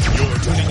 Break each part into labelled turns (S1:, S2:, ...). S1: tuning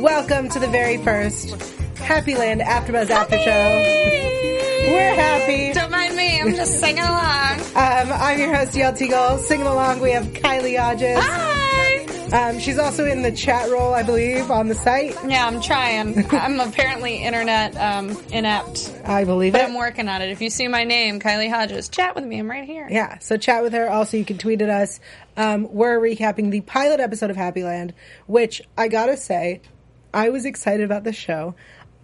S2: Welcome to the very first Happyland AfterBuzz After Show. We're happy.
S3: Don't mind me. I'm just singing along.
S2: Um, I'm your host, YLT Gold. Singing along, we have Kylie Hodges.
S3: Hi.
S2: Um, she's also in the chat role, I believe, on the site.
S3: Yeah, I'm trying. I'm apparently internet um, inept,
S2: I believe
S3: but
S2: it.
S3: I'm working on it. If you see my name, Kylie Hodges, chat with me. I'm right here.
S2: Yeah, so chat with her. Also, you can tweet at us. Um, we're recapping the pilot episode of Happyland, which I gotta say, I was excited about this show.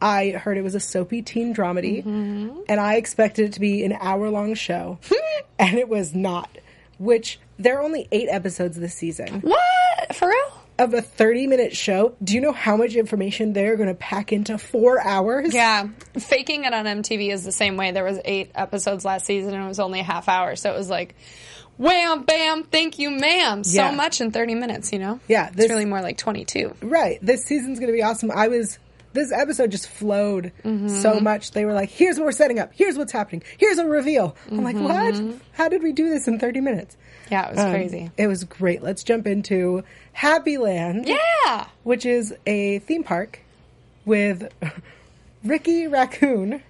S2: I heard it was a soapy teen dramedy, and I expected it to be an hour long show, and it was not. Which there are only eight episodes this season
S3: What? For real?
S2: of a thirty minute show. Do you know how much information they're going to pack into four hours?
S3: Yeah. Faking it on MTV is the same way. There was eight episodes last season and it was only a half hour. So it was like, wham, bam, thank you, ma'am. So
S2: Yeah.
S3: much in 30 minutes, you know?
S2: Yeah,
S3: It's
S2: this-
S3: really more like 22.
S2: Right. This season's going to be awesome. I was. This episode just flowed
S3: Mm-hmm.
S2: so much. They were like, here's what we're setting up. Here's what's happening. Here's a reveal. I'm like, what? How did we do this in 30 minutes?
S3: Mm-hmm. Yeah, it was
S2: Um,
S3: crazy.
S2: It was great. Let's jump into Happy Land,
S3: Yeah.
S2: which is a theme park with Ricky Raccoon.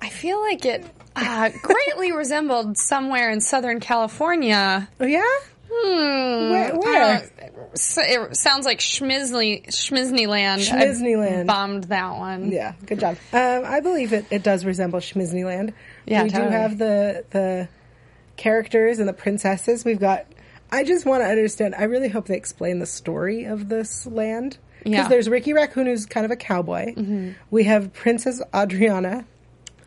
S3: I feel like it uh, greatly resembled somewhere in Southern California.
S2: Oh, yeah?
S3: Hmm.
S2: Where- where?
S3: I don't- s- uh, It sounds like Schmisley, Schmisneyland.
S2: Schmizneyland.
S3: I bombed that one.
S2: Yeah, good job. Um, I believe it, it does resemble Schmizneyland.
S3: Yeah,
S2: we do
S3: totally.
S2: have the the characters and the princesses. We've got. I just want to understand. I really hope they explain the story of this land because
S3: Yeah. Mm-hmm.
S2: there's Ricky Raccoon, who's kind of a cowboy. We have Princess Adriana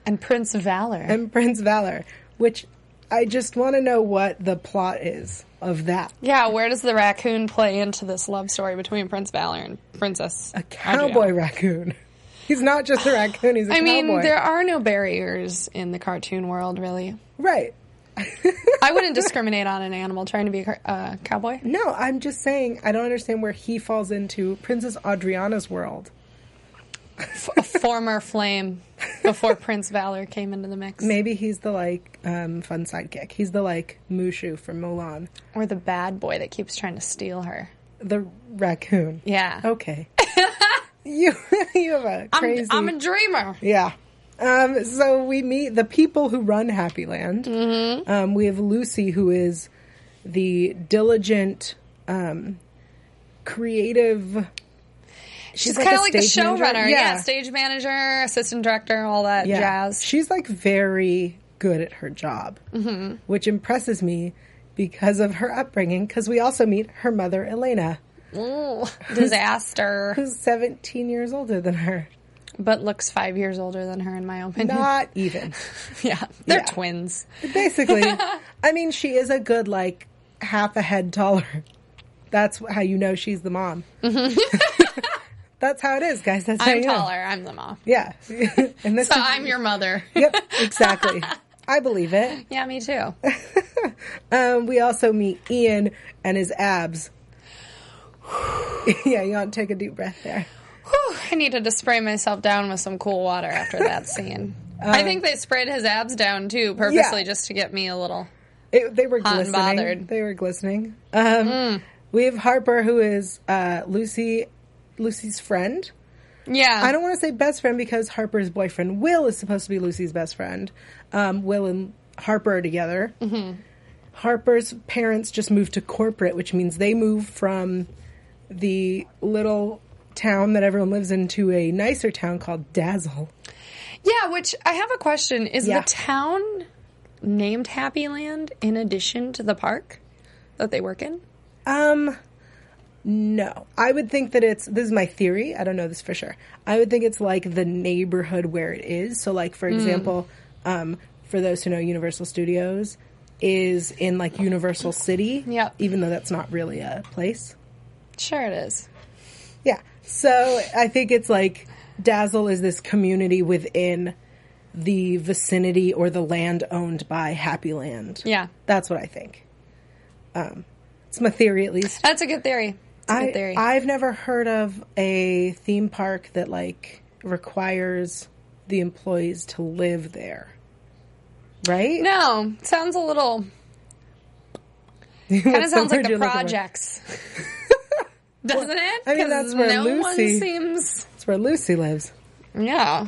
S3: And Prince Valor.
S2: and Prince Valor, which I just want to know what the plot is of that.
S3: yeah, where does the raccoon play into this love story between Prince Valor and Princess
S2: A cowboy
S3: Adriana?
S2: raccoon. He's not just a raccoon. He's a
S3: I
S2: cowboy.
S3: mean, there are no barriers in the cartoon world, really.
S2: right.
S3: I wouldn't discriminate on an animal trying to be a car- uh, cowboy.
S2: No, I'm just saying I don't understand where he falls into Princess Adriana's world.
S3: F- a former flame before Prince Valor came into the mix.
S2: Maybe he's the like um, fun sidekick. He's the like Mushu from Mulan,
S3: Or the bad boy that keeps trying to steal her.
S2: the raccoon.
S3: Yeah.
S2: Okay. you you have a
S3: I'm,
S2: Oh, crazy.
S3: I'm a dreamer.
S2: yeah. Um, so we meet the people who run Happyland. Mm-hmm. Um, we have Lucy, who is the diligent, um, creative.
S3: She's kind of like the
S2: stage manager.
S3: showrunner. Yeah. stage manager, assistant director, all that jazz.
S2: She's like very good at her job,
S3: Mm-hmm.
S2: which impresses me because of her upbringing. Because we also meet her mother, Elena,
S3: Ooh, disaster.
S2: who's 17 years older than her.
S3: but looks five years older than her, in my opinion.
S2: Not even.
S3: yeah, they're
S2: Yeah.
S3: twins.
S2: Basically, I mean, she is a good, like, half a head taller. That's how you know she's the mom. That's how it is, guys. That's how
S3: Mm-hmm. I'm
S2: you know.
S3: taller. I'm the mom.
S2: Yeah. and this
S3: So
S2: is-
S3: I'm your mother.
S2: Yep, exactly. I believe it.
S3: yeah, me too.
S2: Um, we also meet Ian and his abs. yeah, you want to take a deep breath there.
S3: Whew, I needed to spray myself down with some cool water after that scene. I think they sprayed his abs down too, purposely,
S2: Uh, Yeah.
S3: just to get me a little.
S2: It, they were
S3: Hot and
S2: glistening.
S3: bothered. Mm.
S2: They were glistening. Um, We have Harper, who is uh, Lucy, Lucy's friend.
S3: Yeah,
S2: I don't want to say best friend because Harper's boyfriend Will is supposed to be Lucy's best friend. Um, Will and Harper are together. Harper's parents just moved to corporate, which means they move from the little town that everyone lives in to a nicer town called Dazzle.
S3: Yeah, which I have a question. Is
S2: Yeah.
S3: the town named Happy Land in addition to the park that they work in?
S2: Um, No. I would think that it's this is my theory. I don't know this for sure. I would think it's like the neighborhood where it is. So like
S3: Hmm.
S2: for example, um for those who know Universal Studios is in like Universal City.
S3: Yep.
S2: Even though that's not really a place.
S3: Sure, it is.
S2: Yeah. So I think it's like Dazzle is this community within the vicinity or the land owned by Happy Land.
S3: Yeah.
S2: That's what I think. Um, it's my theory, at least.
S3: That's a good theory. It's a good
S2: I,
S3: theory.
S2: I've never heard of a theme park that like requires the employees to live there. Right?
S3: no, sounds a little. Kind of sounds like the projects, doesn't it?
S2: I mean,
S3: 'Cause
S2: that's where
S3: no one
S2: Lucy-
S3: seems.
S2: That's where Lucy lives.
S3: Yeah,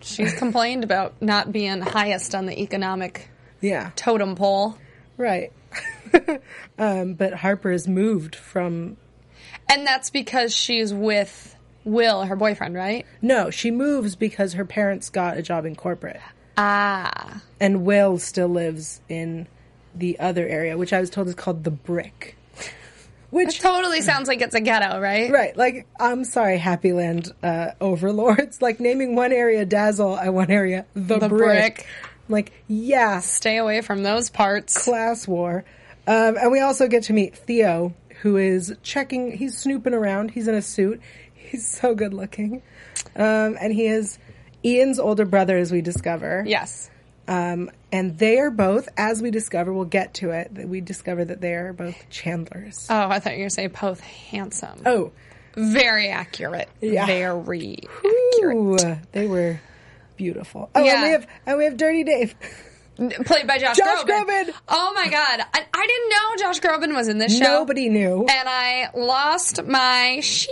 S3: she's complained about not being highest on the economic
S2: Yeah.
S3: totem pole.
S2: Right. um, but Harper has moved from
S3: And that's because she's with Will, her boyfriend, right?
S2: No, she moves because her parents got a job in corporate.
S3: Ah.
S2: And Will still lives in the other area, which I was told is called the Brick.
S3: It
S2: Which
S3: totally sounds like it's a ghetto, right?
S2: Right, like I'm sorry, Happy Land uh, overlords. Like naming one area Dazzle and one area the, brick.
S3: The Brick.
S2: Like yeah,
S3: Stay away from those parts.
S2: class war. Um, and we also get to meet Theo, who is checking. He's snooping around. He's in a suit. He's so good looking, um, and he is Ian's older brother, as we discover.
S3: Yes.
S2: Um, and they are both, as we discover, we'll get to it. That we discover that they are both Chandlers.
S3: Oh, I thought you were going to say both handsome.
S2: oh,
S3: Very accurate.
S2: Yeah.
S3: Very
S2: Ooh, they were beautiful. Oh, and
S3: Yeah.
S2: we have and we have Dirty Dave.
S3: accurate. Played by Josh,
S2: Josh Groban.
S3: Oh my God. I, I didn't know Josh Groban was in this show.
S2: Nobody knew.
S3: And I lost my shit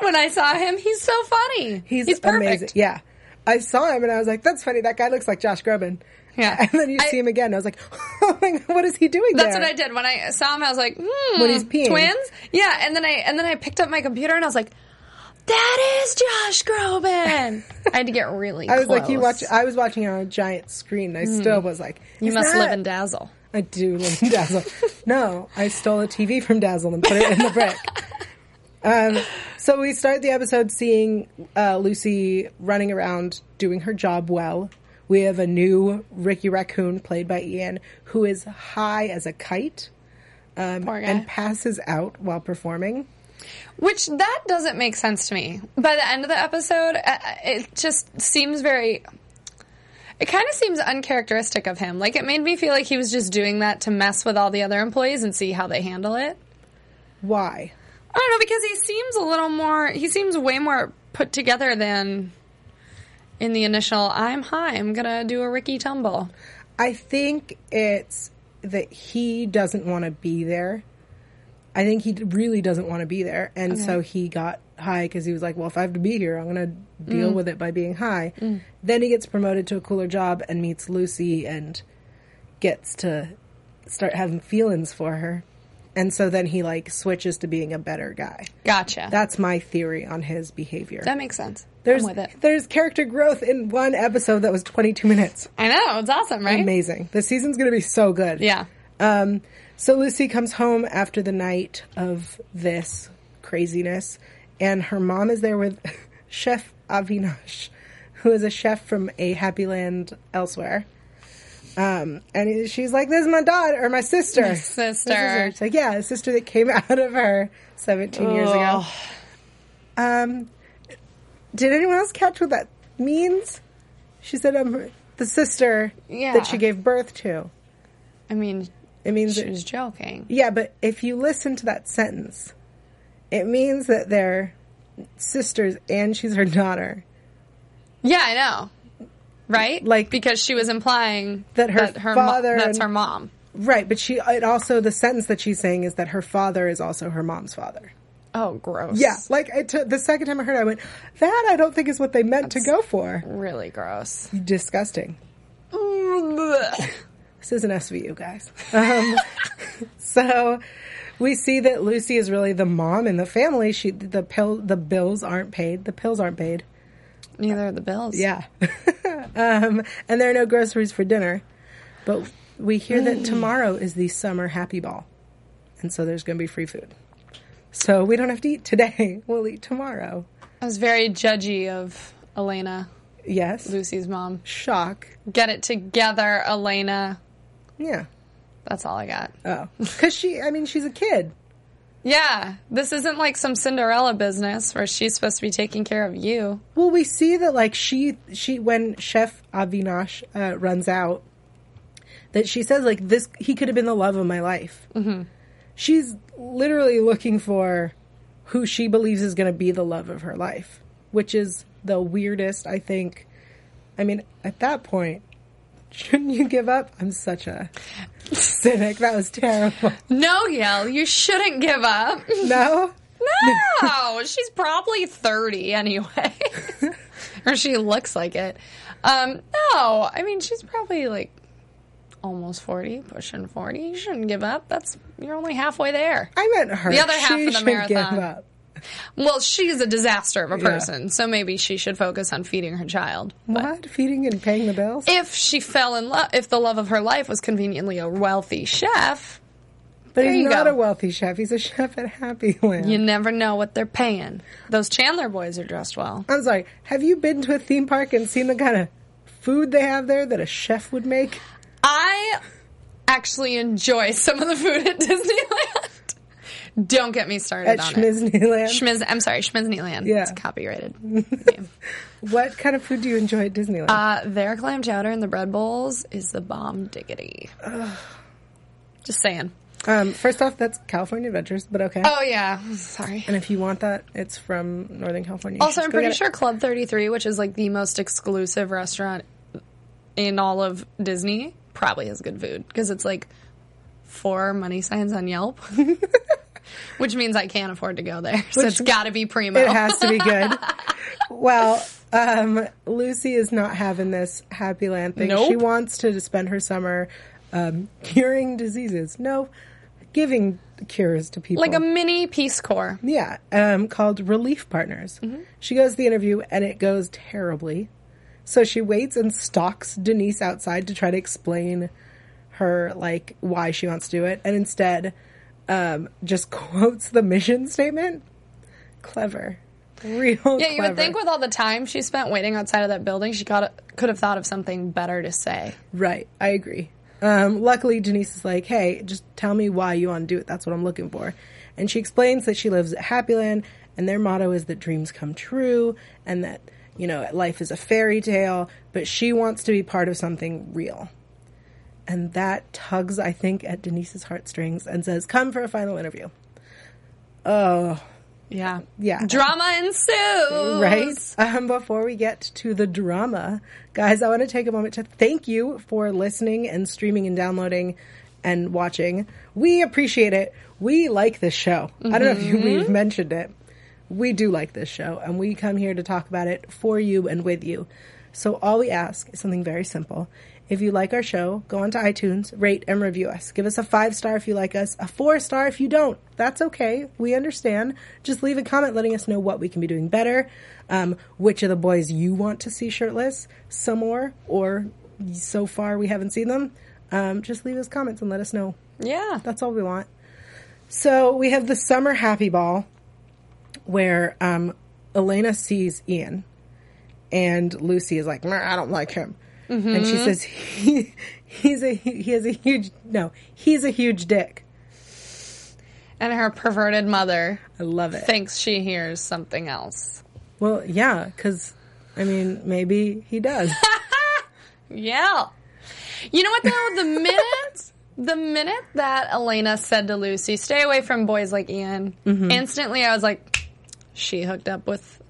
S3: when I saw him. He's so funny.
S2: He's,
S3: perfect.
S2: amazing. Yeah. I saw him and I was like, that's funny. That guy looks like Josh Groban.
S3: Yeah.
S2: And then you
S3: I-
S2: see him again. I was like, oh my God, what is he doing
S3: That's
S2: there?
S3: what I did when I saw him. I was like, hmm,
S2: When he's peeing.
S3: twins. Yeah, and then I and then I picked up my computer and I was like, that is Josh Groban. I had to get really.
S2: I was like, you watch. I was watching it on a giant screen. and I still was like,
S3: Hmm. You
S2: "Is
S3: must
S2: that-"
S3: live in dazzle.
S2: I do live in Dazzle. no, I stole a TV from Dazzle and put it in the brick. Um, so we start the episode seeing uh, Lucy running around doing her job well. We have a new Ricky Raccoon played by Ian, who is high as a kite um,
S3: Poor guy.
S2: and passes out while performing.
S3: Which that doesn't make sense to me. By the end of the episode, uh, it just seems very. It kind of seems uncharacteristic of him. Like it made me feel like he was just doing that to mess with all the other employees and see how they handle it.
S2: Why?
S3: I don't know because he seems a little more. He seems way more put together than in the initial. I'm high. I'm gonna do a Ricky tumble.
S2: I think it's that he doesn't want to be there. I think he d- really doesn't want to be there, and so he got high because he was like, "Well, if I have to be here, I'm going
S3: Mm.
S2: to deal with it by being high." Then he gets promoted to a cooler job and meets Lucy and gets to start having feelings for her, and so then he like switches to being a better guy.
S3: Gotcha. That,
S2: That's my theory on his behavior.
S3: makes sense.
S2: there's
S3: I'm with it.
S2: there's character growth in one episode that was 22 minutes.
S3: I know it's awesome, right?
S2: Amazing. The season's going to be so good.
S3: Yeah.
S2: Um, so Lucy comes home after the night of this craziness, and her mom is there with Chef Avinash, who is a chef from a happy land elsewhere. Um, and he- she's like, "This is my daughter or my sister." My
S3: sister.
S2: It's like, yeah, the sister that came out of her 17 years ago. Um, did anyone else catch what that means? She said, "I'm her- the sister
S3: Yeah.
S2: that she gave birth to."
S3: I mean,
S2: It means
S3: she
S2: that-
S3: was joking.
S2: yeah, but if you listen to that sentence, it means that they're sisters and she's her daughter.
S3: Yeah, I know. Right?
S2: Like-
S3: because she was implying
S2: That her
S3: mo-
S2: father
S3: that's
S2: and-
S3: her mom.
S2: Right, but she it also the sentence that she's saying is that her father is also her mom's father.
S3: Oh, gross.
S2: Yeah, like I t- the second time I heard, it, I went, "That I don't think is what they meant to go for."
S3: Really gross.
S2: Disgusting. This is an SVU, guys. Um, so we see that Lucy is really the mom in the family. She the pill the bills aren't paid. The pills aren't paid.
S3: Neither are the bills.
S2: Yeah. um, and there are no groceries for dinner. But we hear that tomorrow is the summer happy ball. And so there's going to be free food. So we don't have to eat today. We'll eat tomorrow.
S3: I was very judgy of Elena,
S2: Yes.
S3: Lucy's mom.
S2: Shock.
S3: Get it together, Elena.
S2: Yeah.
S3: That's all I got.
S2: Oh. Because she, I mean, she's a kid.
S3: Yeah, this isn't like some Cinderella business where she's supposed to be taking care of you.
S2: Well, we see that like she she when Chef Avinash uh, runs out, that she says like this he could have been the love of my life. Mm-hmm. She's literally looking for who she believes is going to be the love of her life, which is the weirdest. I think. I mean, at that point, shouldn't you give up? I'm such a cynic. That was terrible.
S3: No, Yell, you shouldn't give up.
S2: No.
S3: No, she's probably 30 anyway. or she looks like it. Um, no, I mean, she's probably like almost 40, pushing 40. You shouldn't give up. That's, you're only halfway there.
S2: I meant her.
S3: The other half
S2: she
S3: of the
S2: should
S3: marathon.
S2: Give up.
S3: Well, she's a disaster of a
S2: Yeah.
S3: person, so maybe she should focus on feeding her child. But
S2: What? Feeding and paying the bills?
S3: If she fell in love, if the love of her life was conveniently a wealthy chef,
S2: But
S3: There
S2: he's
S3: you
S2: not
S3: go.
S2: a wealthy chef. He's a chef at Happy Land.
S3: you never know what they're paying. Those Chandler boys are dressed well.
S2: I'm sorry. Have you been to a theme park and seen the kind of food they have there that a chef would make?
S3: I actually enjoy some of the food at Disneyland. Don't get me started
S2: At
S3: on it.
S2: Schmizneyland?
S3: Schmiz, I'm sorry, Schmizneyland.
S2: Yeah.
S3: It's a copyrighted. name.
S2: What kind of food do you enjoy at Disneyland?
S3: Uh, their clam chowder in the bread bowls is the bomb diggity. Just saying.
S2: um, first off, that's California Adventures, but okay.
S3: Oh yeah, sorry.
S2: And if you want that, it's from Northern California. You
S3: Also,
S2: should
S3: I'm
S2: go
S3: pretty
S2: get it.
S3: sure Club 33, which is like the most exclusive restaurant in all of Disney, probably has good food because it's like four money signs on Yelp, which means I can't afford to go there. so it's got to be primo.
S2: it has to be good. well, um, Lucy is not having this Happy Land thing.
S3: Nope.
S2: She wants to spend her summer um, curing diseases. No, giving cures to people.
S3: like a mini Peace Corps.
S2: Yeah, um, called Relief Partners.
S3: Mm-hmm.
S2: She goes to the interview and it goes terribly. So she waits and stalks Denise outside to try to explain her like why she wants to do it, and instead um, just quotes the mission statement. Clever, real.
S3: Yeah, you would think with all the time she spent waiting outside of that building, she got could have thought of something better to say.
S2: Right, I agree. Um, luckily, Denise is like, hey, just tell me why you want to do it. That's what I'm looking for. And she explains that she lives at Happyland, and their motto is that dreams come true, and that, you know, life is a fairy tale, but she wants to be part of something real. And that tugs, I think, at Denise's heartstrings and says, come for a final interview.
S3: Yeah,
S2: Yeah.
S3: Drama ensues.
S2: Right? Um, before we get to the drama, guys, I want to take a moment to thank you for listening and streaming and downloading and watching. We appreciate it. We like this show. I don't know if you, we've mentioned it. We do like this show, and we come here to talk about it for you and with you. So all we ask is something very simple. If you like our show, go onto iTunes, rate and review us. Give us a five star if you like us, a four star if you don't. That's okay. We understand. Just leave a comment letting us know what we can be doing better, um, which of the boys you want to see shirtless, some more, or so far we haven't seen them. Um, just leave us comments and let us know.
S3: Yeah.
S2: That's all we want. So we have the summer happy ball where um, Elena sees Ian and Lucy is like, "Meh, I don't like him. And she says, he, he's a, hu- he has a huge, no, he's a huge dick.
S3: And her perverted mother
S2: I love it.
S3: thinks she hears something else.
S2: well, yeah, cause I mean, maybe he does.
S3: Yeah. You know what though? The minute the minute that Elena said to Lucy, stay away from boys like Ian, instantly I was like, she hooked up with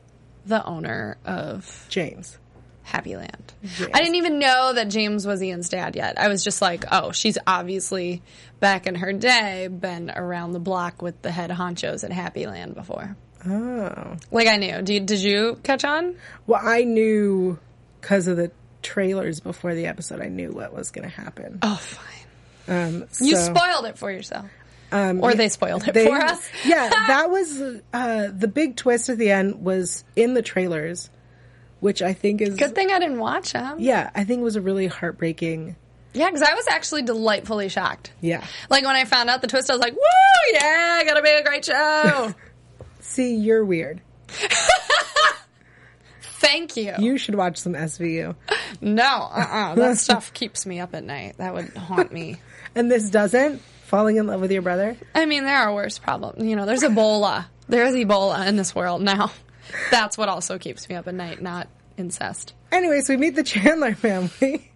S3: the owner of
S2: James.
S3: Happy Land. I didn't even know that James was Ian's dad yet. I was just like, oh, she's obviously back in her day been around the block with the head honchos at Happy Land before.
S2: Oh.
S3: Like I knew. Did, did you catch on?
S2: Well, I knew cause of the trailers before the episode, I knew what was going to happen.
S3: Oh, fine.
S2: Um,
S3: You
S2: so-
S3: spoiled it for yourself. or they spoiled it
S2: Um, They-
S3: for us.
S2: yeah, that was uh, the big twist at the end was in the trailers, which I think is
S3: Good thing I didn't watch them.
S2: yeah, I think was a really heartbreaking
S3: Yeah, because I was actually delightfully shocked.
S2: Yeah.
S3: Like when I found out the twist, I was like, woo, yeah, gonna be a great show.
S2: See, you're weird.
S3: Thank you.
S2: You should watch some SVU.
S3: No, uh-uh. That stuff keeps me up at night. That would haunt me.
S2: And this doesn't? Falling in love with your brother?
S3: I mean, there are worse problems. You know, there's Ebola. There is Ebola in this world now. That's what also keeps me up at night, not incest.
S2: Anyway, so we meet the Chandler family.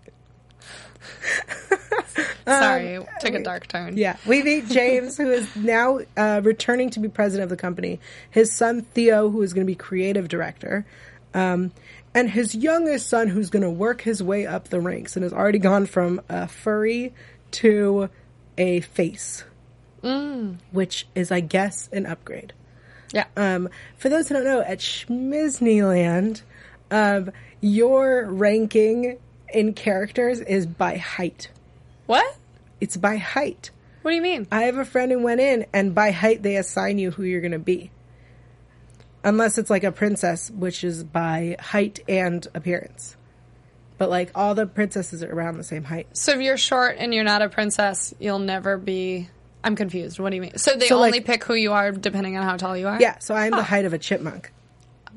S3: Sorry, took a dark turn.
S2: Um, Yeah, we meet James, who is now uh, returning to be president of the company. His son Theo, who is going to be creative director, um, and his youngest son, who's going to work his way up the ranks and has already gone from a furry to a face, which is, I guess, an upgrade.
S3: Yeah.
S2: Um, for those who don't know, at Schmizneyland, um, your ranking in characters is by height.
S3: what?
S2: It's by height.
S3: What do you mean?
S2: I have a friend who went in, and by height they assign you who you're going to be, unless it's like a princess, which is by height and appearance. But like all the princesses are around the same height.
S3: so if you're short and you're not a princess, you'll never be. I'm confused. What do you mean? So they
S2: So,
S3: only
S2: like-
S3: pick who you are depending on how tall you are?
S2: Yeah, so I'm the height of a chipmunk.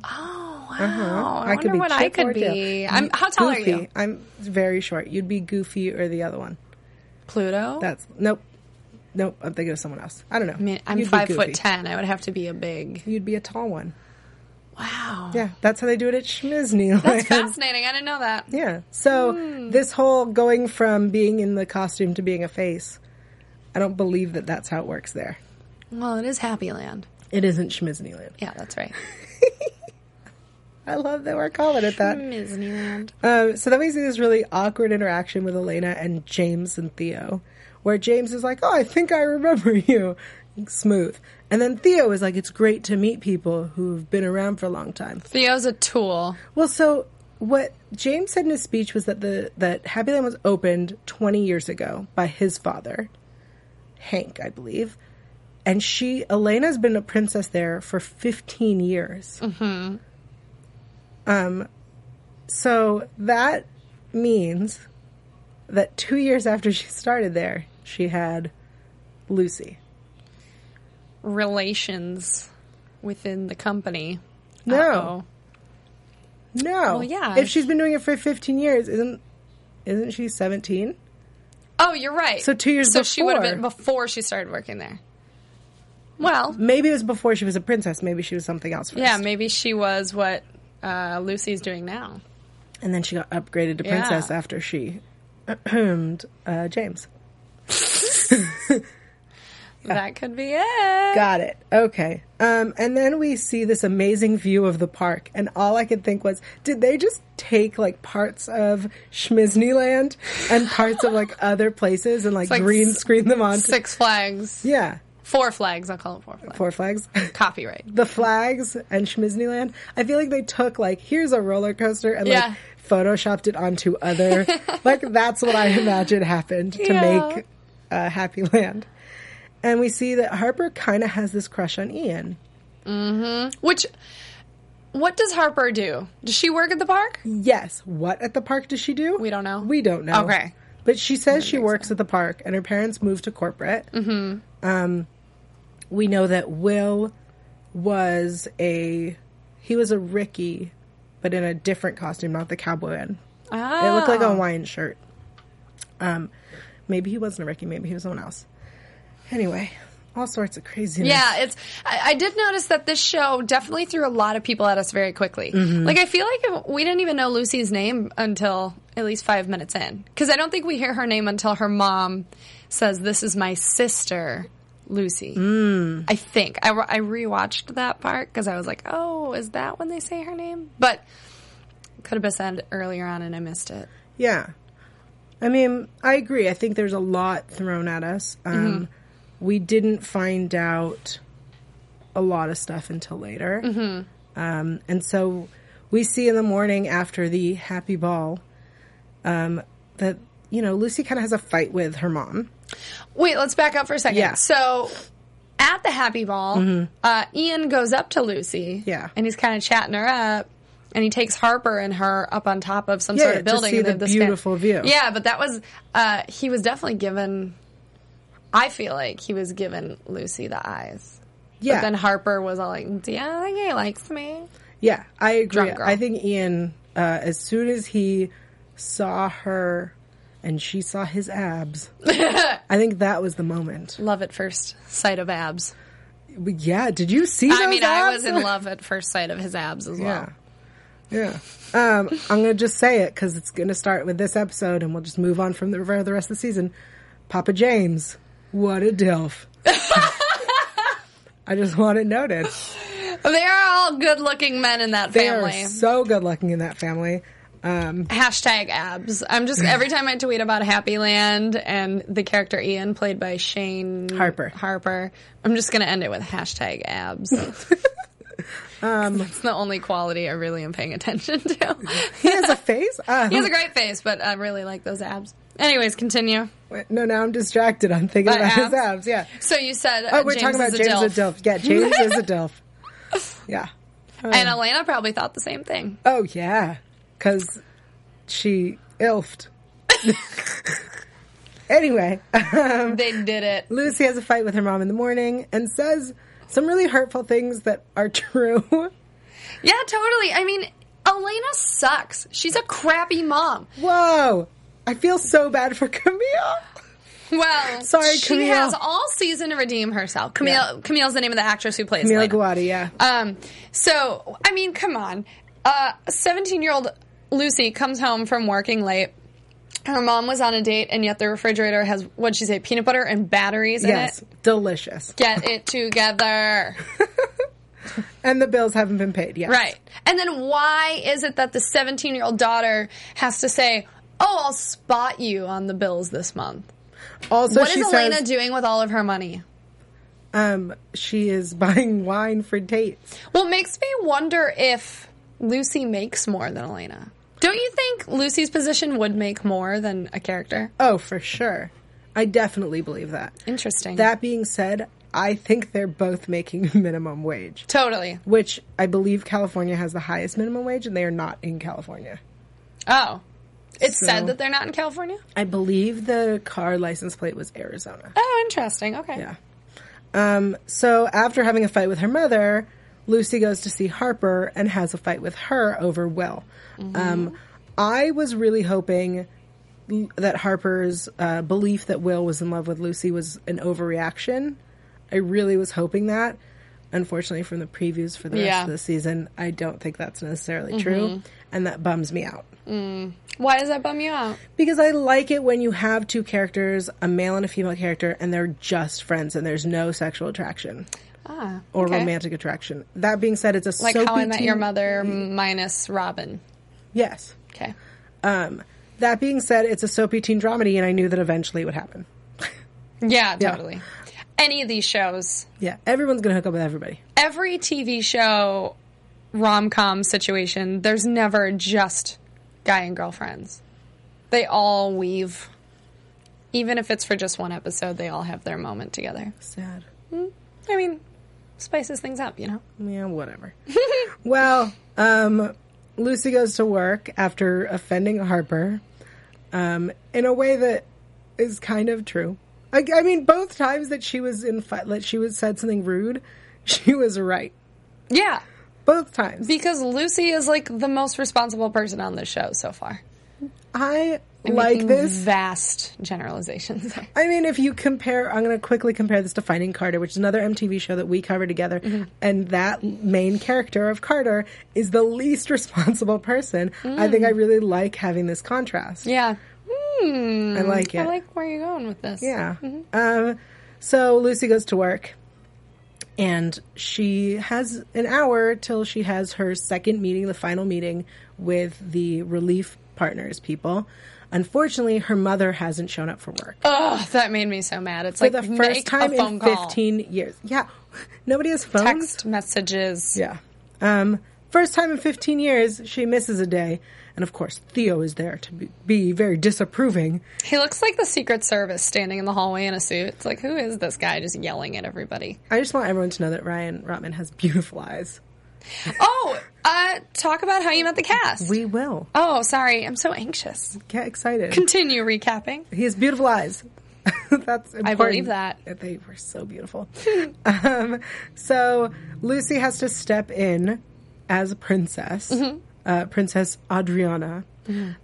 S3: Oh, wow. I,
S2: I could
S3: wonder
S2: be
S3: what I
S2: chip or
S3: could
S2: tail.
S3: be. I'm, how tall
S2: goofy.
S3: are you?
S2: I'm very short. You'd be goofy or the other one.
S3: Pluto?
S2: That's nope, nope. I'm thinking of someone else. I don't know.
S3: I mean, I'm
S2: You'd be
S3: five
S2: goofy.
S3: foot ten. I would have to be a big.
S2: You'd be a tall one.
S3: Wow.
S2: Yeah, that's how they do it at Schmizneyland.
S3: That's fascinating. I didn't know that.
S2: Yeah. So this whole going from being in the costume to being a face, I don't believe that that's how it works there.
S3: Well, it is Happy Land.
S2: It isn't Schmizneyland.
S3: Yeah, that's right.
S2: I love that we're calling it that.
S3: Disneyland.
S2: Um, so then we see this really awkward interaction with Elena and James and Theo, where James is like, "Oh, I think I remember you." Smooth. And then Theo is like, "It's great to meet people who've been around for a long time."
S3: Theo's a tool.
S2: Well, so what James said in his speech was that the that Happy Land was opened 20 years ago by his father, Hank, I believe. And she, Elena's been a princess there for 15 years. Mm-hmm. Um, so that means that two years after she started there, she had Lucy.
S3: Relations within the company.
S2: No.
S3: Uh-oh.
S2: No.
S3: Well, yeah.
S2: If she's been doing it for 15 years, isn't isn't she 17?
S3: Oh, you're right.
S2: So two years
S3: So she would have
S2: before.
S3: been before she started working there. Well,
S2: Maybe it was before she was a princess. Maybe she was something else first.
S3: yeah, maybe she was what uh, Lucy's doing now.
S2: And then she got upgraded to
S3: Yeah.
S2: princess after she ahemed, uh, James.
S3: That could be it.
S2: Got it. Okay. Um, and then we see this amazing view of the park, and all I could think was, did they just take like parts of Schmizneyland and parts of like other places and like,
S3: like
S2: green
S3: s-
S2: screen them on?
S3: Six flags.
S2: Yeah,
S3: Four flags. I'll call it four flags.
S2: four flags.
S3: Copyright.
S2: the flags and Schmizneyland. I feel like they took like here's a roller coaster and
S3: Yeah.
S2: like photoshopped it onto other. like that's what I imagine happened to
S3: Yeah.
S2: make uh, Happy Land. And we see that Harper kind of has this crush on Ian.
S3: Which, what does Harper do? Does she work at the park?
S2: Yes. What at the park does she do?
S3: We don't know.
S2: We don't know.
S3: Okay.
S2: But she says she works at the park, and her parents moved to corporate. Mm-hmm. Um, we know that Will was a he was a Ricky, but in a different costume, not the cowboy one. It looked like a
S3: Oh.
S2: Hawaiian shirt. Um, maybe he wasn't a Ricky. Maybe he was someone else. Anyway, all sorts of craziness.
S3: Yeah, it's. I, I did notice that this show definitely threw a lot of people at us very quickly. Like, I feel like if- we didn't even know Lucy's name until at least five minutes in, because I don't think we hear her name until her mom says, "This is my sister." Lucy, mm. I think I, re- I rewatched that part because I was like, "Oh, is that when they say her name?" But could have been said earlier on, and I missed it.
S2: Yeah. I mean, I agree. I think there's a lot thrown at us.
S3: Mm-hmm.
S2: Um, We didn't find out a lot of stuff until later. Mm-hmm. Um, and so we see in the morning after the happy ball um, that, you know, Lucy kind of has a fight with her mom.
S3: Wait, let's back up for a second.
S2: Yeah. Mm-hmm.
S3: So at the Happy Ball, uh, Ian goes up to Lucy.
S2: Yeah.
S3: And he's kind of chatting her up. and he takes Harper and her up on top of some
S2: Yeah,
S3: sort of
S2: to
S3: building.
S2: see
S3: and they
S2: the
S3: have this fan-
S2: beautiful view.
S3: Yeah, but that was uh, he was definitely given. I feel like he was given Lucy the eyes.
S2: Yeah.
S3: But then Harper was all like, "Yeah, he likes me."
S2: Yeah, I agree.
S3: Drunk girl.
S2: I think Ian, uh, as soon as he saw her and she saw his abs, I think that was the moment.
S3: Love at first sight of abs.
S2: Yeah, did you see?
S3: I
S2: those
S3: mean, I was
S2: abs?
S3: in love at first sight of his abs as well.
S2: Yeah, yeah. Um, I'm gonna just say it because it's gonna start with this episode, and we'll just move on from the for the rest of the season. Papa James, what a dilf! I just want it noted.
S3: They are all good-looking men in that
S2: They
S3: family.
S2: are so good looking in that family. Um,
S3: Hashtag abs. I'm just every time I tweet about Happy Land and the character Ian played by Shane
S2: Harper.
S3: Harper, I'm just gonna end it with hashtag abs.
S2: Um,
S3: That's the only quality I really am paying attention to.
S2: he has a face. Um,
S3: he has a great face, but I really like those abs. Anyways, continue.
S2: Wait, No, now I'm distracted. I'm thinking
S3: By
S2: about his
S3: abs?
S2: abs. Yeah.
S3: So you said uh,
S2: Oh, we're
S3: James
S2: talking about
S3: is a
S2: James
S3: dilf.
S2: Adolf. Yeah, James is a Dilf. Yeah.
S3: and Elena probably thought the same thing.
S2: Oh yeah, because she ilfed. anyway, Oh.
S3: They did it.
S2: Lucy has a fight with her mom in the morning and says some really hurtful things that are true.
S3: Yeah, totally. I mean, Elena sucks. She's a crappy mom.
S2: Whoa, I feel so bad for Camille.
S3: Well,
S2: Sorry,
S3: she
S2: Camille.
S3: has all season to redeem herself. Camille,
S2: Yeah.
S3: Camille's the name of the actress who plays
S2: Camille
S3: Elena.
S2: Guadi, yeah.
S3: Um, so I mean, come on. Uh, seventeen-year-old Lucy comes home from working late. Her mom was on a date, and yet the refrigerator has what'd she say? Peanut butter and batteries
S2: yes,
S3: in it.
S2: delicious.
S3: Get it together,
S2: And the bills haven't been paid yet.
S3: right? And then why is it that the seventeen-year-old daughter has to say, "Oh, I'll spot you on the bills this month"?
S2: Also,
S3: what
S2: she
S3: is Elena
S2: says
S3: doing with all of her money?
S2: um, she is buying wine for dates.
S3: Well, it makes me wonder if Lucy makes more than Elena. Don't you think Lucy's position would make more than a character?
S2: Oh, for sure. I definitely believe that.
S3: Interesting.
S2: That being said, I think they're both making minimum wage,
S3: totally.
S2: which I believe California has the highest minimum wage, and they are not in California.
S3: Oh, it's
S2: So-
S3: said that they're not in California.
S2: I believe the car license plate was Arizona.
S3: Oh, interesting. Okay.
S2: Yeah. Um, so after having a fight with her mother, Lucy goes to see Harper and has a fight with her over Will. Um, I was really hoping l- that Harper's uh, belief that Will was in love with Lucy was an overreaction. I really was hoping that. Unfortunately, from the previews for the rest
S3: Yeah.
S2: of the season, I don't think that's necessarily true, and that bums me out
S3: Why does that bum you out?
S2: because I like it when you have two characters, a male and a female character, and they're just friends and there's no sexual attraction
S3: Ah,
S2: or
S3: okay.
S2: romantic attraction. That being said, it's a
S3: Like
S2: soapy
S3: How I Met
S2: teen-
S3: Your Mother minus Robin.
S2: Yes.
S3: Okay.
S2: Um, that being said, it's a soapy teen dramedy, and I knew that eventually it would happen.
S3: Yeah, totally. Any of these shows,
S2: Yeah, everyone's gonna hook up with everybody.
S3: every TV show rom com situation, there's never just guy and girlfriends. They all weave. Even if it's for just one episode, they all have their moment together.
S2: Sad.
S3: I mean, spices things up, you know?
S2: Yeah, whatever. well, um, Lucy goes to work after offending Harper um, in a way that is kind of true. I, I mean, both times that she was in fight, that she was said something rude, she was right.
S3: Yeah,
S2: Both times.
S3: because Lucy is like the most responsible person on this show so far.
S2: I like
S3: Making
S2: this.
S3: Vast generalizations.
S2: I mean, if you compare, I'm going to quickly compare this to Finding Carter, which is another MTV show that we cover together.
S3: Mm-hmm.
S2: And that main character of Carter is the least responsible person. I think I really like having this contrast.
S3: Mm. yeah. Hmm.
S2: I like
S3: I
S2: it.
S3: like Mm-hmm. where you're going with this.
S2: Yeah. Um, so Lucy goes to work, and she has an hour till she has her second meeting, the final meeting with the relief partners people. Unfortunately, her mother hasn't shown up for work
S3: Oh, that made me so mad. It's
S2: for
S3: like
S2: the first
S3: make
S2: time
S3: a phone
S2: in
S3: call.
S2: 15 years. Yeah. Nobody has phones.
S3: text messages.
S2: Yeah. Um, first time in 15 years, she misses a day. And of course, Theo is there to be, be very disapproving.
S3: He looks like the Secret Service standing in the hallway in a suit. It's like, who is this guy just yelling at everybody?
S2: I just want everyone to know that Ryan Rotman has beautiful eyes.
S3: Oh, uh, talk about how you met the cast.
S2: We will.
S3: oh, sorry. I'm so anxious.
S2: Get excited.
S3: Continue recapping.
S2: He has beautiful eyes. That's important.
S3: believe that.
S2: They were so beautiful. um, so Lucy has to step in as a princess,
S3: Mm-hmm.
S2: uh, Princess Adriana.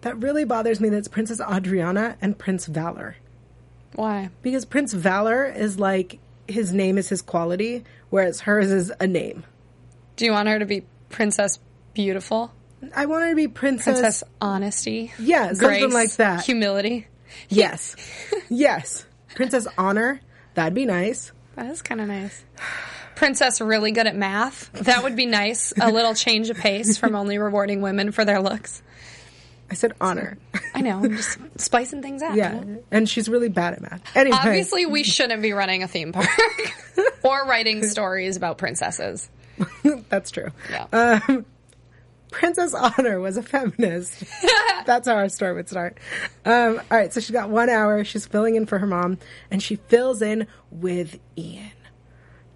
S2: That really bothers me that it's Princess Adriana and Prince Valor.
S3: Why?
S2: Because Prince Valor is like his name is his quality, whereas hers is a name.
S3: Do you want her to be Princess Beautiful?
S2: I want her to be Princess.
S3: Princess Honesty?
S2: Yeah, something like that.
S3: Humility?
S2: yes. yes. Princess Honor. That'd be nice.
S3: That is kind of nice. Princess really good at math. That would be nice. A little change of pace from only rewarding women for their looks.
S2: I said honor.
S3: I know. I'm just spicing things up.
S2: Yeah, and she's really bad at math. Anyway,
S3: Obviously, we shouldn't be running a theme park or writing stories about princesses.
S2: that's true. Um,
S3: Yeah.
S2: Princess Honor was a feminist. that's how our story would start. Um, all right, so she's got one hour. She's filling in for her mom, and she fills in with Ian.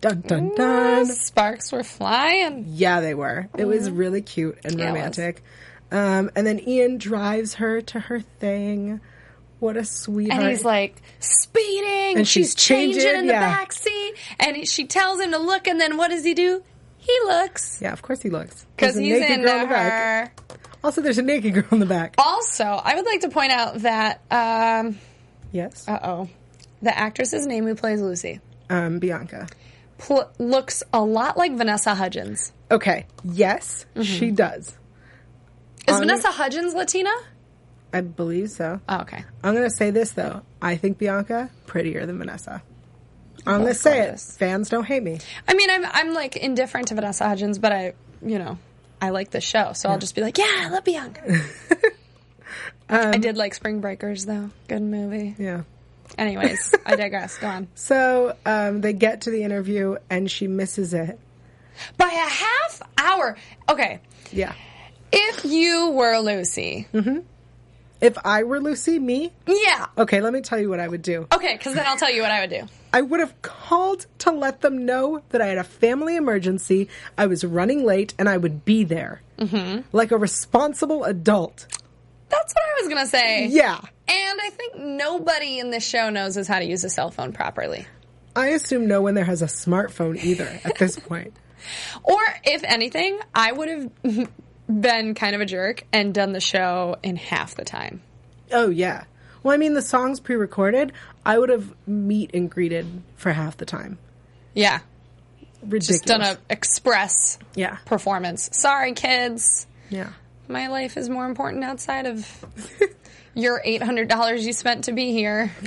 S2: Dun dun dun.
S3: Uh, Sparks were flying.
S2: Yeah, they were. It was really cute and
S3: Yeah, it was.
S2: romantic. Um, and then Ian drives her to her thing. What a sweetheart!
S3: And he's like speeding,
S2: And
S3: she's,
S2: she's
S3: changing,
S2: changing,
S3: in the
S2: yeah.
S3: back seat, and he- she tells him to look, and then what does he do? He looks
S2: yeah, of course he looks
S3: because
S2: There's a
S3: he's
S2: naked
S3: into
S2: girl in the back.
S3: her.
S2: Also, there's a naked girl in the back.
S3: Also, I would like to point out that um,
S2: Yes,
S3: uh oh, the actress's name who plays Lucy
S2: um, Bianca.
S3: pl- looks a lot like Vanessa Hudgens.
S2: Okay. Mm-hmm. Yes, she does.
S3: Is Vanessa Hudgens Latina?
S2: I believe so.
S3: Oh, okay.
S2: I'm going to say this though. I think Bianca prettier than Vanessa. I'm going to say it.
S3: gorgeous.
S2: Fans don't hate me.
S3: I mean, I'm I'm like indifferent to Vanessa Hudgens, but I you know I like the show, so I'll just be like, yeah, I love Bianca. I did like Spring Breakers though, good movie.
S2: Yeah.
S3: Anyways, I digress. Go on.
S2: So um, they get to the interview and she misses it.
S3: By a half hour. Okay,
S2: Yeah.
S3: if you were Lucy,
S2: If I were Lucy, me,
S3: yeah.
S2: okay, let me tell you what I would do.
S3: Okay, because then I'll tell you what I would do.
S2: I would have called to let them know that I had a family emergency, I was running late, and I would be there. Mm-hmm. Like a responsible adult.
S3: That's what I was gonna say.
S2: Yeah.
S3: And I think nobody in this show knows is how to use a cell phone properly.
S2: I assume no one there has a smartphone either at this point.
S3: Or if anything, I would have been kind of a jerk and done the show in half the time.
S2: Oh yeah. Well, I mean, the song's pre-recorded. I would have meet and greeted for half the time.
S3: Yeah.
S2: Ridiculous.
S3: Just done a express
S2: yeah,
S3: performance. Sorry, kids.
S2: yeah.
S3: My life is more important outside of your $800 you spent to be here.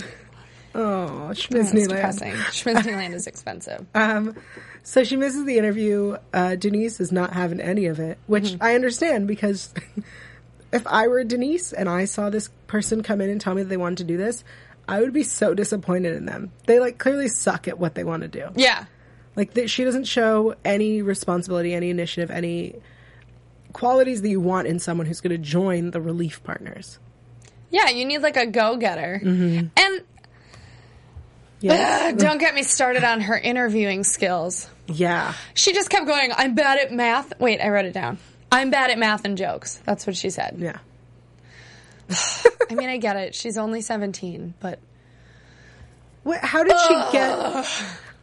S2: Oh,
S3: It's
S2: Schmizneyland.
S3: depressing. Disneyland is expensive.
S2: Um, so she misses the interview. Uh, Denise is not having any of it, which
S3: Mm-hmm.
S2: I understand because if I were Denise and I saw this person come in and tell me that they wanted to do this, I would be so disappointed in them. They like clearly suck at what they want to do.
S3: yeah.
S2: Like that, she doesn't show any responsibility, any initiative, any qualities that you want in someone who's going to join the relief partners.
S3: Yeah, you need like a go getter.
S2: Mm-hmm.
S3: And
S2: Yeah,
S3: ugh, don't get me started on her interviewing skills.
S2: yeah,
S3: She just kept going, I'm bad at math. Wait, I wrote it down. I'm bad at math and jokes. That's what she said.
S2: yeah.
S3: I mean, I get it. She's only 17, but
S2: What, how did she get?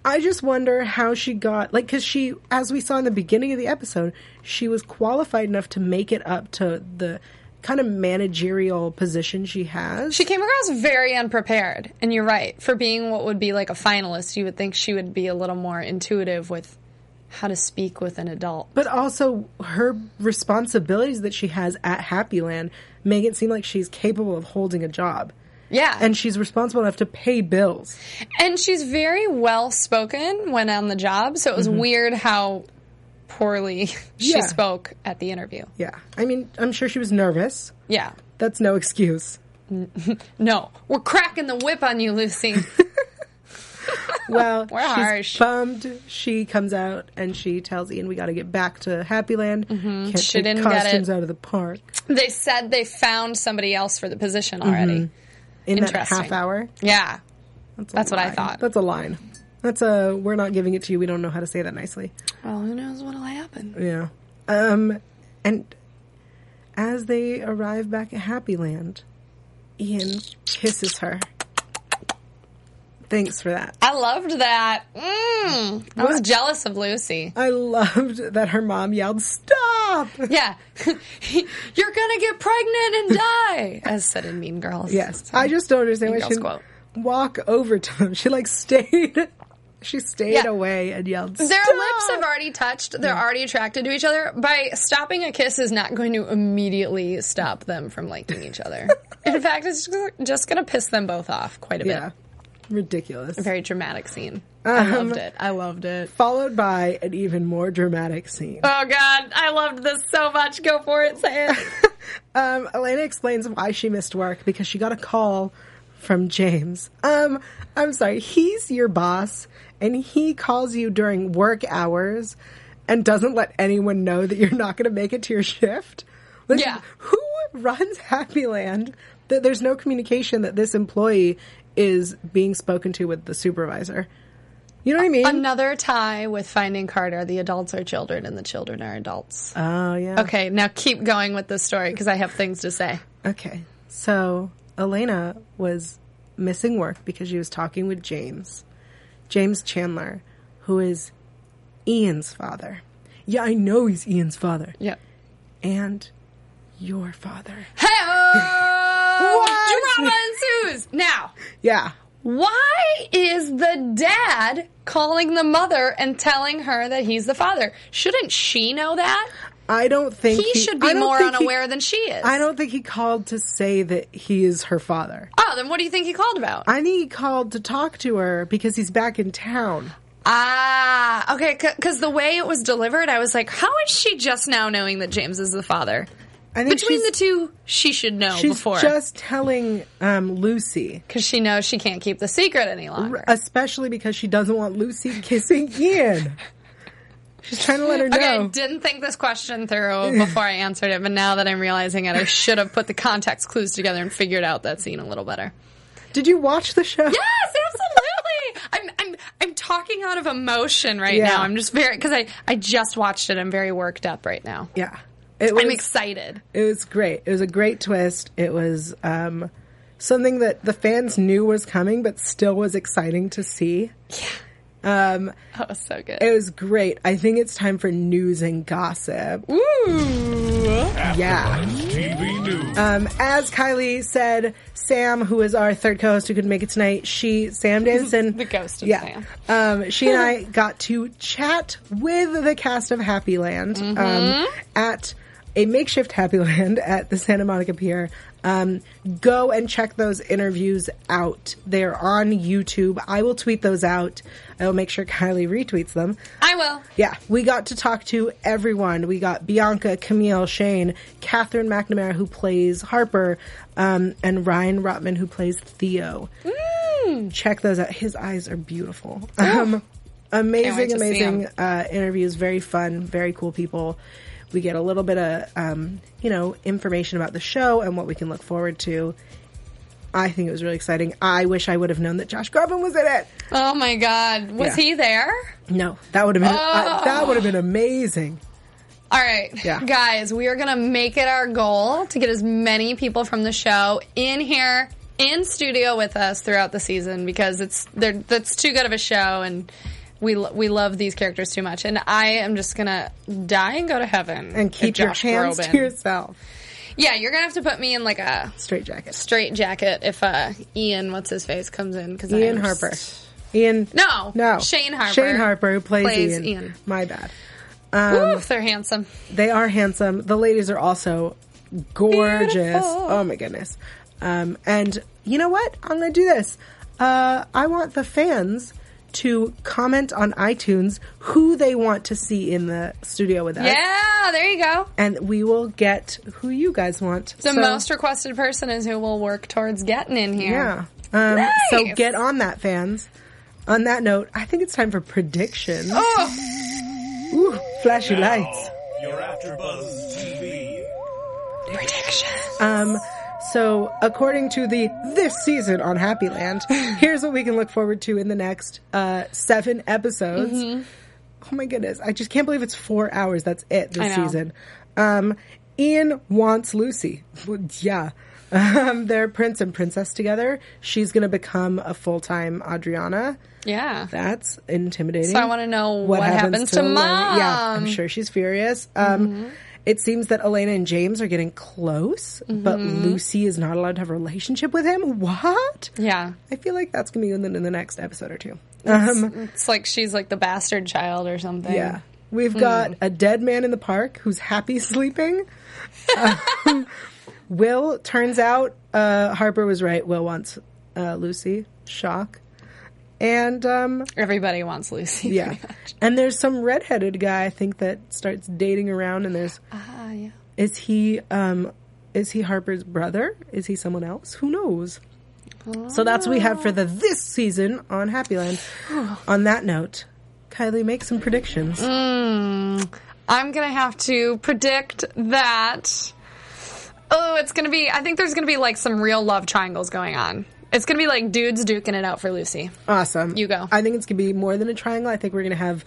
S2: I just wonder how she got like because she, as we saw in the beginning of the episode, she was qualified enough to make it up to the kind of managerial position she has.
S3: she came across very unprepared. And you're right. For being what would be like a finalist, you would think she would be a little more intuitive with how to speak with an adult.
S2: but also her responsibilities that she has at Happy Land make it seem like she's capable of holding a job.
S3: Yeah.
S2: and she's responsible enough to pay bills.
S3: And she's very well spoken when on the job. So it was weird how poorly she
S2: Mm-hmm. Yeah.
S3: spoke at the interview.
S2: Yeah. I mean, I'm sure she was nervous.
S3: Yeah.
S2: That's no excuse.
S3: No, we're cracking the whip on you, Lucy.
S2: Well,
S3: We're
S2: she's
S3: harsh.
S2: bummed. She comes out and she tells Ian, "We got to get back to Happy Land. Can't
S3: Mm-hmm. She
S2: take
S3: didn't get
S2: costumes
S3: it.
S2: out of the park
S3: they said they found somebody else for the position
S2: Mm-hmm.
S3: already.
S2: in that
S3: Interesting.
S2: half hour."
S3: Yeah.
S2: That's, a
S3: That's what I
S2: line.
S3: thought.
S2: That's a line. That's a. We're not giving it to you. We don't know how to say that nicely.
S3: Well, who knows what'll happen?
S2: Yeah. Um, and as they arrive back at Happy Land, Ian kisses her. Thanks for that.
S3: I loved that. Mm. I was jealous of Lucy.
S2: I loved that her mom yelled, Stop!
S3: Yeah. You're gonna get pregnant and die, as said in Mean Girls.
S2: Yes. I just don't understand why
S3: Girls
S2: she didn't
S3: quote.
S2: walk over to them. She like stayed. She stayed
S3: Yeah.
S2: away and yelled,
S3: Their
S2: Stop!
S3: lips have already touched. They're already attracted to each other. By stopping a kiss is not going to immediately stop them from liking each other. In fact, it's just going to piss them both off quite a bit.
S2: Yeah. Um, Ridiculous.
S3: Very dramatic scene. I loved it. I loved it.
S2: Followed by an even more dramatic scene.
S3: Oh god, I loved this so much. Go for it, say it.
S2: Um, Elena explains why she missed work because she got a call from James. Um, I'm sorry, he's your boss, and he calls you during work hours and doesn't let anyone know that you're not going to make it to your shift. Like,
S3: Yeah.
S2: Who runs Happy Land that there's no communication that this employee is being spoken to with the supervisor? You know what I mean?
S3: Another tie with Finding Carter. The adults are children and the children are adults.
S2: oh, yeah.
S3: Okay, now keep going with this story because I have things to say.
S2: Okay. So Elena was missing work because she was talking with James, James Chandler, who is Ian's father. Yeah, I know he's Ian's father.
S3: Yeah.
S2: And your father.
S3: Hey!
S2: What?
S3: Drama ensues! Now,
S2: Yeah.
S3: Why is the dad calling the mother and telling her that he's the father? Shouldn't she know that?
S2: I don't think
S3: He, should be
S2: I don't
S3: more
S2: think he-
S3: unaware than she is.
S2: I don't think he called to say that he is her father.
S3: Oh, then what do you think he called about?
S2: I think he called to talk to her because he's back in town.
S3: ah, okay, because the way it was delivered, I was like, how is she just now knowing that James is the father?
S2: I think
S3: Between the
S2: she's,
S3: two, she should know
S2: she's
S3: before.
S2: just telling um, Lucy
S3: Because she knows she can't keep the secret any longer.
S2: especially because she doesn't want Lucy kissing Ian. She's trying to let her know.
S3: Okay, I didn't think this question through before I answered it, but now that I'm realizing it, I should have put the context clues together and figured out that scene a little better.
S2: Did you watch the show?
S3: Yes, absolutely. I'm I'm I'm talking out of emotion right
S2: Yeah.
S3: now. I'm just very because I I just watched it. I'm very worked up right now.
S2: Yeah. It was
S3: I'm excited.
S2: it was great. It was a great twist. It was um, something that the fans knew was coming but still was exciting to see. Yeah. Um,
S3: Oh, it's so good.
S2: it was great. I think it's time for news and gossip.
S3: Ooh.
S2: Yeah.
S1: TV News.
S2: Um, as Kylie said, Sam, who is our third co-host who couldn't make it tonight, she, Sam Danson,
S3: The ghost of
S2: yeah, um, she and I got to chat with the cast of Happy Land um,
S3: Mm-hmm.
S2: at a makeshift Happy Land at the Santa Monica Pier. Um, go and check those interviews out. They're on YouTube. I will tweet those out. I will make sure Kylie retweets them.
S3: I will.
S2: Yeah, we got to talk to everyone. We got Bianca, Camille, Shane, Catherine McNamara, who plays Harper, um, and Ryan Rotman, who plays Theo.
S3: Mm.
S2: Check those out. His eyes are beautiful. Um,
S3: wait
S2: amazing,
S3: to see
S2: amazing
S3: 'em.
S2: uh, interviews. Very fun, very cool people. We get a little bit of, um, you know, information about the show and what we can look forward to. I think it was really exciting. I wish I would have known that Josh Groban was in it.
S3: Oh my God, was
S2: Yeah.
S3: he there?
S2: No, that would have been I- that would have
S3: Oh.
S2: been amazing.
S3: All right,
S2: Yeah.
S3: guys, we are gonna make it our goal to get as many people from the show in here. In studio with us throughout the season because it's they're, that's too good of a show and we lo- we love these characters too much and I am just gonna die and go to heaven
S2: and keep
S3: if
S2: your
S3: Josh
S2: hands
S3: Groban-
S2: to yourself.
S3: Yeah, you're gonna have to put me in like a
S2: Straight jacket.
S3: straight jacket if uh, Ian, what's his face, comes in because
S2: Ian Harper. Ian.
S3: No,
S2: No.
S3: Shane Harper.
S2: Shane Harper who plays,
S3: Plays
S2: Ian.
S3: Ian.
S2: My bad. Um,
S3: Oof, they're handsome.
S2: They are handsome. The ladies are also gorgeous.
S3: Beautiful.
S2: Oh my goodness. Um, and you know what? I'm going to do this. Uh, I want the fans to comment on iTunes who they want to see in the studio with us.
S3: Yeah, there you go.
S2: And we will get who you guys want.
S3: The most requested person is who will work towards getting in here.
S2: Yeah. Um, So
S3: Nice.
S2: get on that, fans. On that note, I think it's time for predictions.
S3: Oh,
S2: Ooh, flashy lights.
S1: Your After Buzz TV.
S3: prediction.
S2: Um, so according to the this season on Happy
S3: Mm-hmm.
S2: Land, here's what we can look forward to in the next uh, seven episodes. Oh my goodness. I just can't believe it's four hours. That's it
S3: I
S2: this
S3: know.
S2: season. Um, Ian wants Lucy. Well, yeah. Um, they're prince and princess together. She's going to become a full time Adriana.
S3: Yeah.
S2: That's intimidating.
S3: So I wanna know what happens to
S2: Elena. Yeah, I'm
S3: Mom. Mm-hmm.
S2: sure she's furious. Um, It seems that Elena and James are getting close, but
S3: Mm-hmm.
S2: Lucy is not allowed to have a relationship with him. What?
S3: Yeah.
S2: I feel like that's going to be in the, in the next episode or two.
S3: It's like she's like the bastard child or something.
S2: Yeah. We've
S3: Mm.
S2: got a dead man in the park who's happy sleeping. Um, Will turns out uh, Harper was right. Will wants uh, Lucy. Shock. And um,
S3: Everybody wants Lucy.
S2: yeah, and there's some redheaded guy I think that starts dating around. And there's
S3: Ah, yeah.
S2: is he um, is he Harper's brother? Is he someone else? Who knows? So that's what we have
S3: Oh.
S2: for the this season on Happy Land. on that note, Kylie, make some predictions.
S3: Mm. I'm gonna have to predict that. Oh, it's gonna be. I think there's gonna be like some real love triangles going on. It's gonna be like dudes duking it out for Lucy.
S2: Awesome.
S3: You go.
S2: I think it's gonna be more than a triangle. I think we're gonna have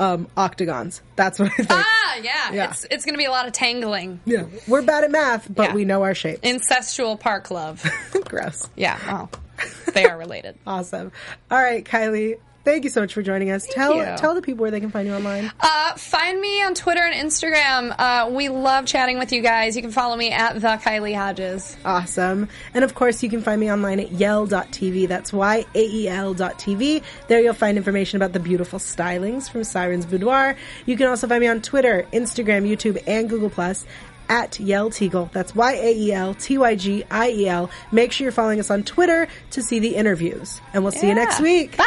S2: um, octagons. That's what I think.
S3: Ah, yeah.
S2: Yeah.
S3: It's it's gonna be a lot of tangling,
S2: Yeah, we're bad at math, but
S3: Yeah.
S2: we know our shape.
S3: incestual park love.
S2: Gross.
S3: yeah. Oh, they are related.
S2: Awesome. All right, Kylie. Thank you so much for joining us. tell
S3: you.
S2: tell the people where they can find you online.
S3: Uh, find me on Twitter and Instagram. Uh, we love chatting with you guys. You can follow me at the Kylie Hodges.
S2: Awesome. And of course, you can find me online at yell.tv. That's Y A E L.tv. There you'll find information about the beautiful stylings from Sirens Boudoir. You can also find me on Twitter, Instagram, YouTube, and Google Plus at Yell Teagle. That's Y A E L T Y G I E L. Make sure you're following us on Twitter to see the interviews. And we'll see you next
S3: Yeah.
S2: week.
S3: Bye.